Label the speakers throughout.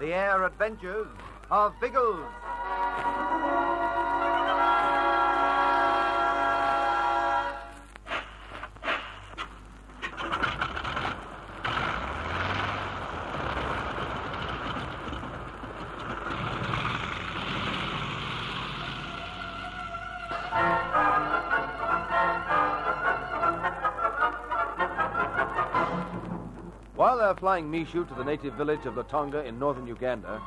Speaker 1: The Air Adventures of Biggles. While they're flying Mishu to the native village of Latonga in northern Uganda,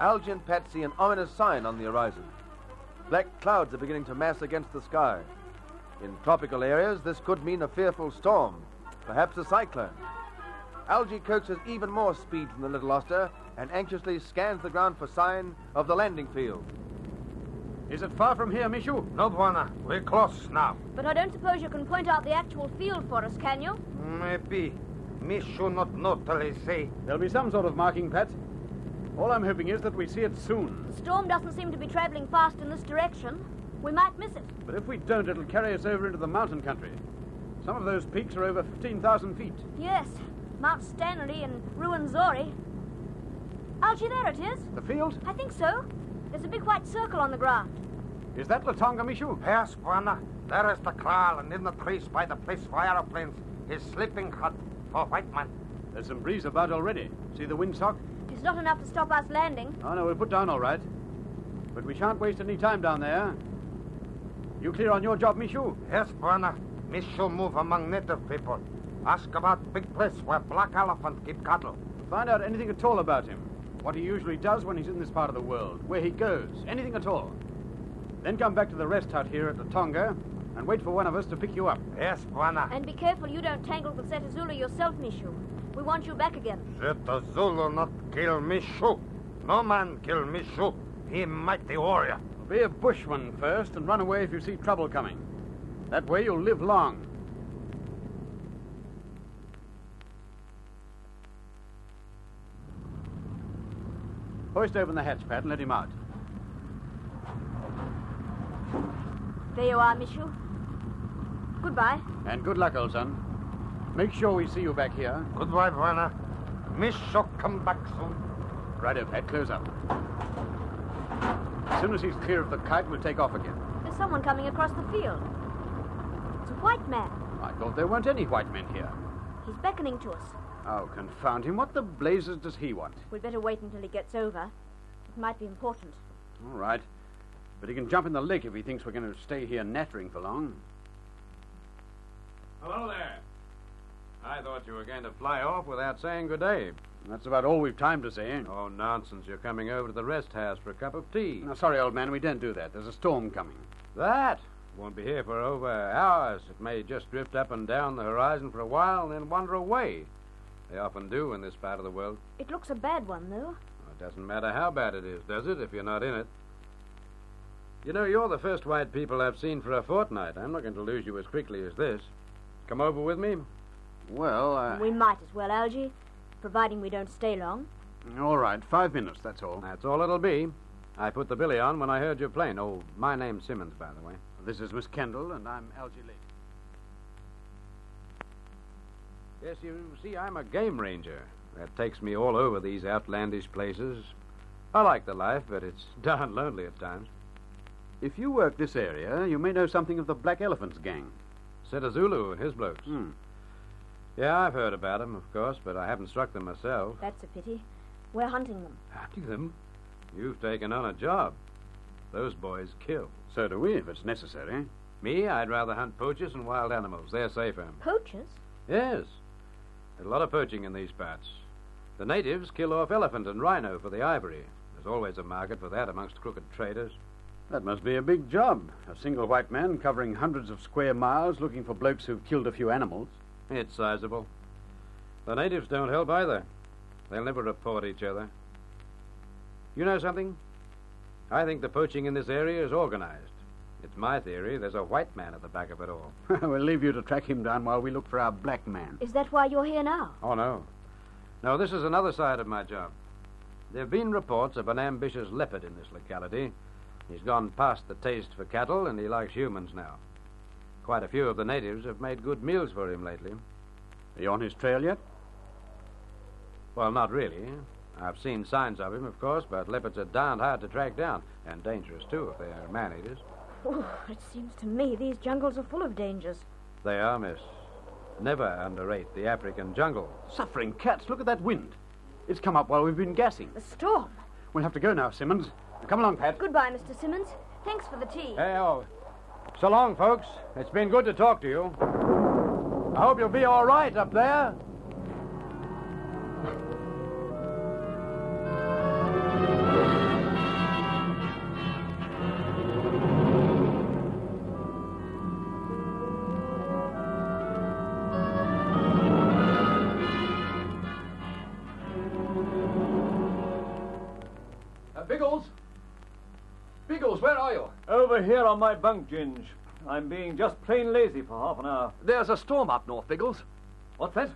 Speaker 1: Algy and Pat see an ominous sign on the horizon. Black clouds are beginning to mass against the sky. In tropical areas, this could mean a fearful storm, perhaps a cyclone. Algy coaxes even more speed from the little oster and anxiously scans the ground for sign of the landing field. Is it far from here, Mishu?
Speaker 2: No, Bwana. We're close now.
Speaker 3: But I don't suppose you can point out the actual field for us, can you?
Speaker 2: Maybe. Me should not know till I say.
Speaker 1: There'll be some sort of marking, Pat. All I'm hoping is that we see it soon.
Speaker 3: The storm doesn't seem to be traveling fast in this direction. We might miss it.
Speaker 1: But if we don't, it'll carry us over into the mountain country. Some of those peaks are over 15,000 feet.
Speaker 3: Yes, Mount Stanley and Ruwenzori. Algy, there it is.
Speaker 1: The field?
Speaker 3: I think so. There's a big white circle on the ground.
Speaker 1: Is that Latonga Mishu?
Speaker 2: Yes, Bwana. There is the kraal, and in the trees by the place for aeroplanes is sleeping hut for white man.
Speaker 1: There's some breeze about already. See the windsock?
Speaker 3: It's not enough to stop us landing.
Speaker 1: Oh, no, we'll put down all right. But we shan't waste any time down there. You clear on your job, Mishu?
Speaker 2: Yes, Bwana. Me should move among native people. Ask about big place where black elephant keep cattle.
Speaker 1: Find out anything at all about him. What he usually does when he's in this part of the world, where he goes, anything at all. Then come back to the rest hut here at the Tonga and wait for one of us to pick you up.
Speaker 2: Yes, Bwana.
Speaker 3: And be careful you don't tangle with Zeta Zulu yourself, Mishu. We want you back again.
Speaker 2: Let the Zulu not kill me shoe. No man kill me shoe. He mighty warrior.
Speaker 1: Be a bushman first and run away if you see trouble coming. That way you'll live long. Hoist open the hatch, Pat, and let him out.
Speaker 3: There you are, Mishu. Goodbye.
Speaker 1: And good luck, old son. Make sure we see you back here.
Speaker 2: Goodbye, Bwana. Me should come back soon.
Speaker 1: Righto, Pat, close up. As soon as he's clear of the kite, we'll take off again.
Speaker 3: There's someone coming across the field. It's a white man.
Speaker 1: I thought there weren't any white men here.
Speaker 3: He's beckoning to us.
Speaker 1: Oh, confound him. What the blazes does he want?
Speaker 3: We'd better wait until he gets over. It might be important.
Speaker 1: All right. But he can jump in the lake if he thinks we're going to stay here nattering for long.
Speaker 2: Hello there. I thought you were going to fly off without saying good day.
Speaker 1: That's about all we've time to say.
Speaker 2: Oh, nonsense. You're coming over to the rest house for a cup of tea.
Speaker 1: Now, sorry, old man, we don't do that. There's a storm coming.
Speaker 2: That won't be here for over hours. It may just drift up and down the horizon for a while and then wander away. They often do in this part of the world.
Speaker 3: It looks a bad one, though.
Speaker 2: It doesn't matter how bad it is, does it, if you're not in it? You know, you're the first white people I've seen for a fortnight. I'm not going to lose you as quickly as this. Come over with me.
Speaker 1: Well, uh,
Speaker 3: We might as well, Algy, providing we don't stay long.
Speaker 1: all right, five minutes, that's all.
Speaker 2: That's all it'll be. I put the billy on when I heard you playing. Oh, my name's Simmons, by the way.
Speaker 1: This is Miss Kendall, and I'm Algy Lake.
Speaker 2: Yes, you see, I'm a game ranger. That takes me all over these outlandish places. I like the life, but it's darn lonely at times.
Speaker 4: If you work this area, you may know something of the Black Elephants gang. Hmm.
Speaker 2: Said a Zulu and his blokes. Yeah, I've heard about them, of course, but I haven't struck them myself.
Speaker 3: That's a pity. We're hunting them.
Speaker 2: Hunting them? You've taken on a job. Those boys kill.
Speaker 4: So do we, if it's necessary.
Speaker 2: Me, I'd rather hunt poachers and wild animals. They're safer.
Speaker 3: Poachers?
Speaker 2: Yes. There's a lot of poaching in these parts. The natives kill off elephant and rhino for the ivory. There's always a market for that amongst crooked traders.
Speaker 4: That must be a big job. A single white man covering hundreds of square miles looking for blokes who've killed a few animals.
Speaker 2: It's sizable. The natives don't help either. They'll never report each other. You know something? I think the poaching in this area is organized. It's my theory there's a white man at the back of it all.
Speaker 4: we'll leave you to track him down while we look for our black man.
Speaker 3: Is that why you're here now?
Speaker 2: Oh, no. No, this is another side of my job. There have been reports of an ambitious leopard in this locality. He's gone past the taste for cattle and he likes humans now. Quite a few of the natives have made good meals for him lately.
Speaker 4: Are you on his trail yet?
Speaker 2: Well, not really. I've seen signs of him, of course, but leopards are darned hard to track down, and dangerous, too, if they are man eaters.
Speaker 3: Ooh, Oh, it seems to me these jungles are full of dangers.
Speaker 2: They are, miss. Never underrate the African jungle.
Speaker 4: Suffering cats, look at that wind. It's come up while we've been gassing.
Speaker 3: The storm.
Speaker 4: We'll have to go now, Simmons. Come along, Pat.
Speaker 3: Goodbye, Mr. Simmons. Thanks for the tea.
Speaker 2: Hey, oh. So long, folks. It's been good to talk to you. I hope you'll be all right up there.
Speaker 1: Uh, Biggles? Biggles, where are you?
Speaker 5: Over here on my bunk, Ginge. I'm being just plain lazy for half an hour.
Speaker 1: There's a storm up north, Biggles.
Speaker 5: What's that?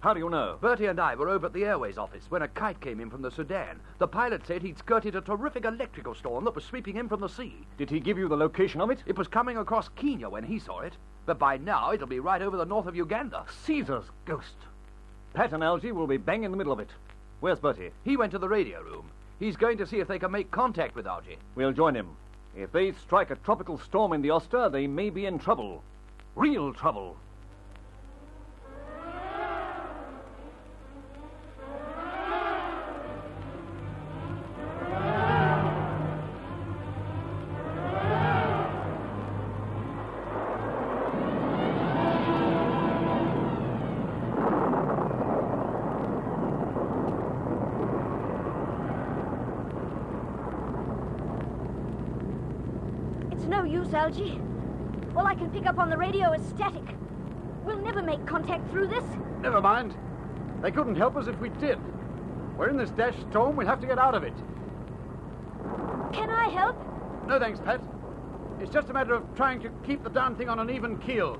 Speaker 5: How do you know?
Speaker 1: Bertie and I were over at the airways office when a kite came in from the Sudan. The pilot said he'd skirted a terrific electrical storm that was sweeping in from the sea.
Speaker 5: Did he give you the location of it?
Speaker 1: It was coming across Kenya when he saw it, but by now it'll be right over the north of Uganda.
Speaker 5: Caesar's ghost. Pat and Algie will be bang in the middle of it. Where's Bertie?
Speaker 1: He went to the radio room. He's going to see if they can make contact with Algie.
Speaker 5: We'll join him. If they strike a tropical storm in the Oster, they may be in trouble. Real trouble.
Speaker 3: It's no use, Algie. All I can pick up on the radio is static. We'll never make contact through this.
Speaker 4: Never mind. They couldn't help us if we did. We're in this dash storm. We'll have to get out of it.
Speaker 3: Can I help?
Speaker 4: No thanks, Pat. It's just a matter of trying to keep the darn thing on an even keel.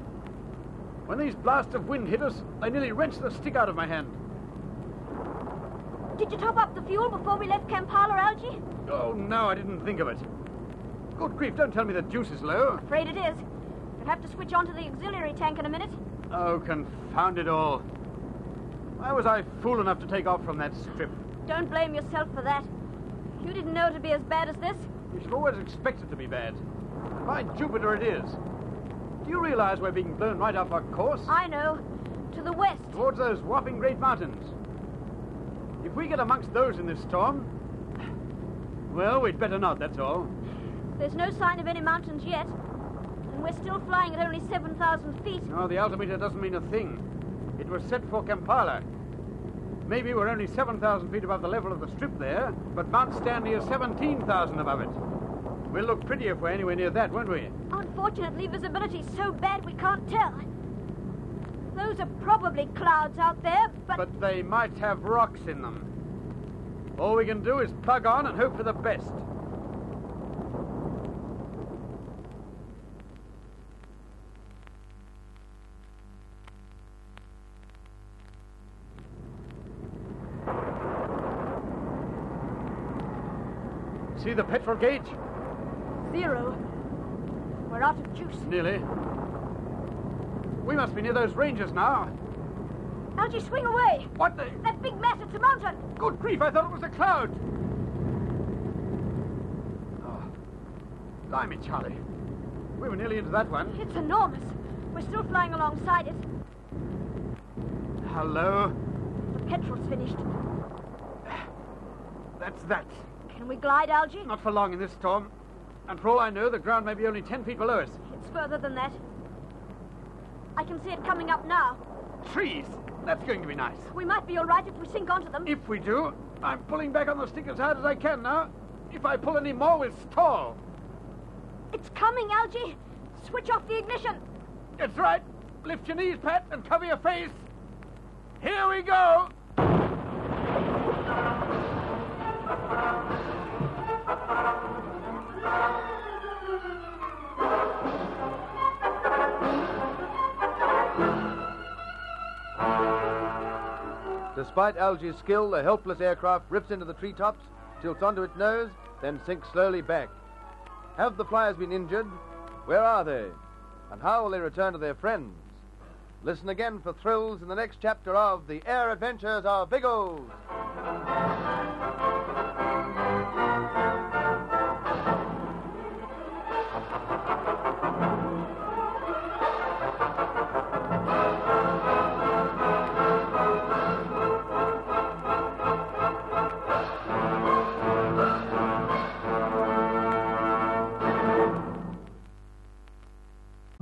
Speaker 4: When these blasts of wind hit us, they nearly wrenched the stick out of my hand.
Speaker 3: Did you top up the fuel before we left Kampala, Algie?
Speaker 4: Oh, no, I didn't think of it. Good grief, don't tell me the juice is low.
Speaker 3: Afraid it is. You'll have to switch on to the auxiliary tank in a minute.
Speaker 4: Oh, confound it all. Why was I fool enough to take off from that strip?
Speaker 3: Don't blame yourself for that. You didn't know it'd be as bad as this.
Speaker 4: You should always expect it to be bad. By Jupiter, it is. Do you realize we're being blown right off our course?
Speaker 3: I know. To the west.
Speaker 4: Towards those whopping great mountains. If we get amongst those in this storm. Well, we'd better not, that's all.
Speaker 3: There's no sign of any mountains yet. And we're still flying at only 7,000 feet.
Speaker 4: No, the altimeter doesn't mean a thing. It was set for Kampala. Maybe we're only 7,000 feet above the level of the strip there, but Mount Stanley is 17,000 above it. We'll look pretty if we're anywhere near that, won't we?
Speaker 3: Unfortunately, visibility's so bad we can't tell. Those are probably clouds out there, but,
Speaker 4: But they might have rocks in them. All we can do is plug on and hope for the best. See the petrol gauge?
Speaker 3: zero. We're out of juice.
Speaker 4: Nearly. We must be near those ranges now.
Speaker 3: Algie, swing away.
Speaker 4: What the?
Speaker 3: That big mass, it's a mountain.
Speaker 4: Good grief, I thought it was a cloud.
Speaker 2: Oh, Blimey, Charlie. We were nearly into that one.
Speaker 3: It's enormous. We're still flying alongside it.
Speaker 2: Hello?
Speaker 3: The petrol's finished.
Speaker 2: That's that.
Speaker 3: Can we glide, Algy?
Speaker 2: Not for long in this storm. And for all I know, the ground may be only ten feet below us.
Speaker 3: It's further than that. I can see it coming up now.
Speaker 2: Trees! That's going to be nice.
Speaker 3: We might be all right if we sink onto them.
Speaker 2: If we do, I'm pulling back on the stick as hard as I can now. If I pull any more, we'll stall.
Speaker 3: It's coming, Algy. Switch off the ignition.
Speaker 2: That's right. Lift your knees, Pat, and cover your face. Here we go!
Speaker 6: Despite Algy's skill, the helpless aircraft rips into the treetops, tilts onto its nose, then sinks slowly back. Have the flyers been injured? Where are they? And how will they return to their friends? Listen again for thrills in the next chapter of The Air Adventures of Big O's.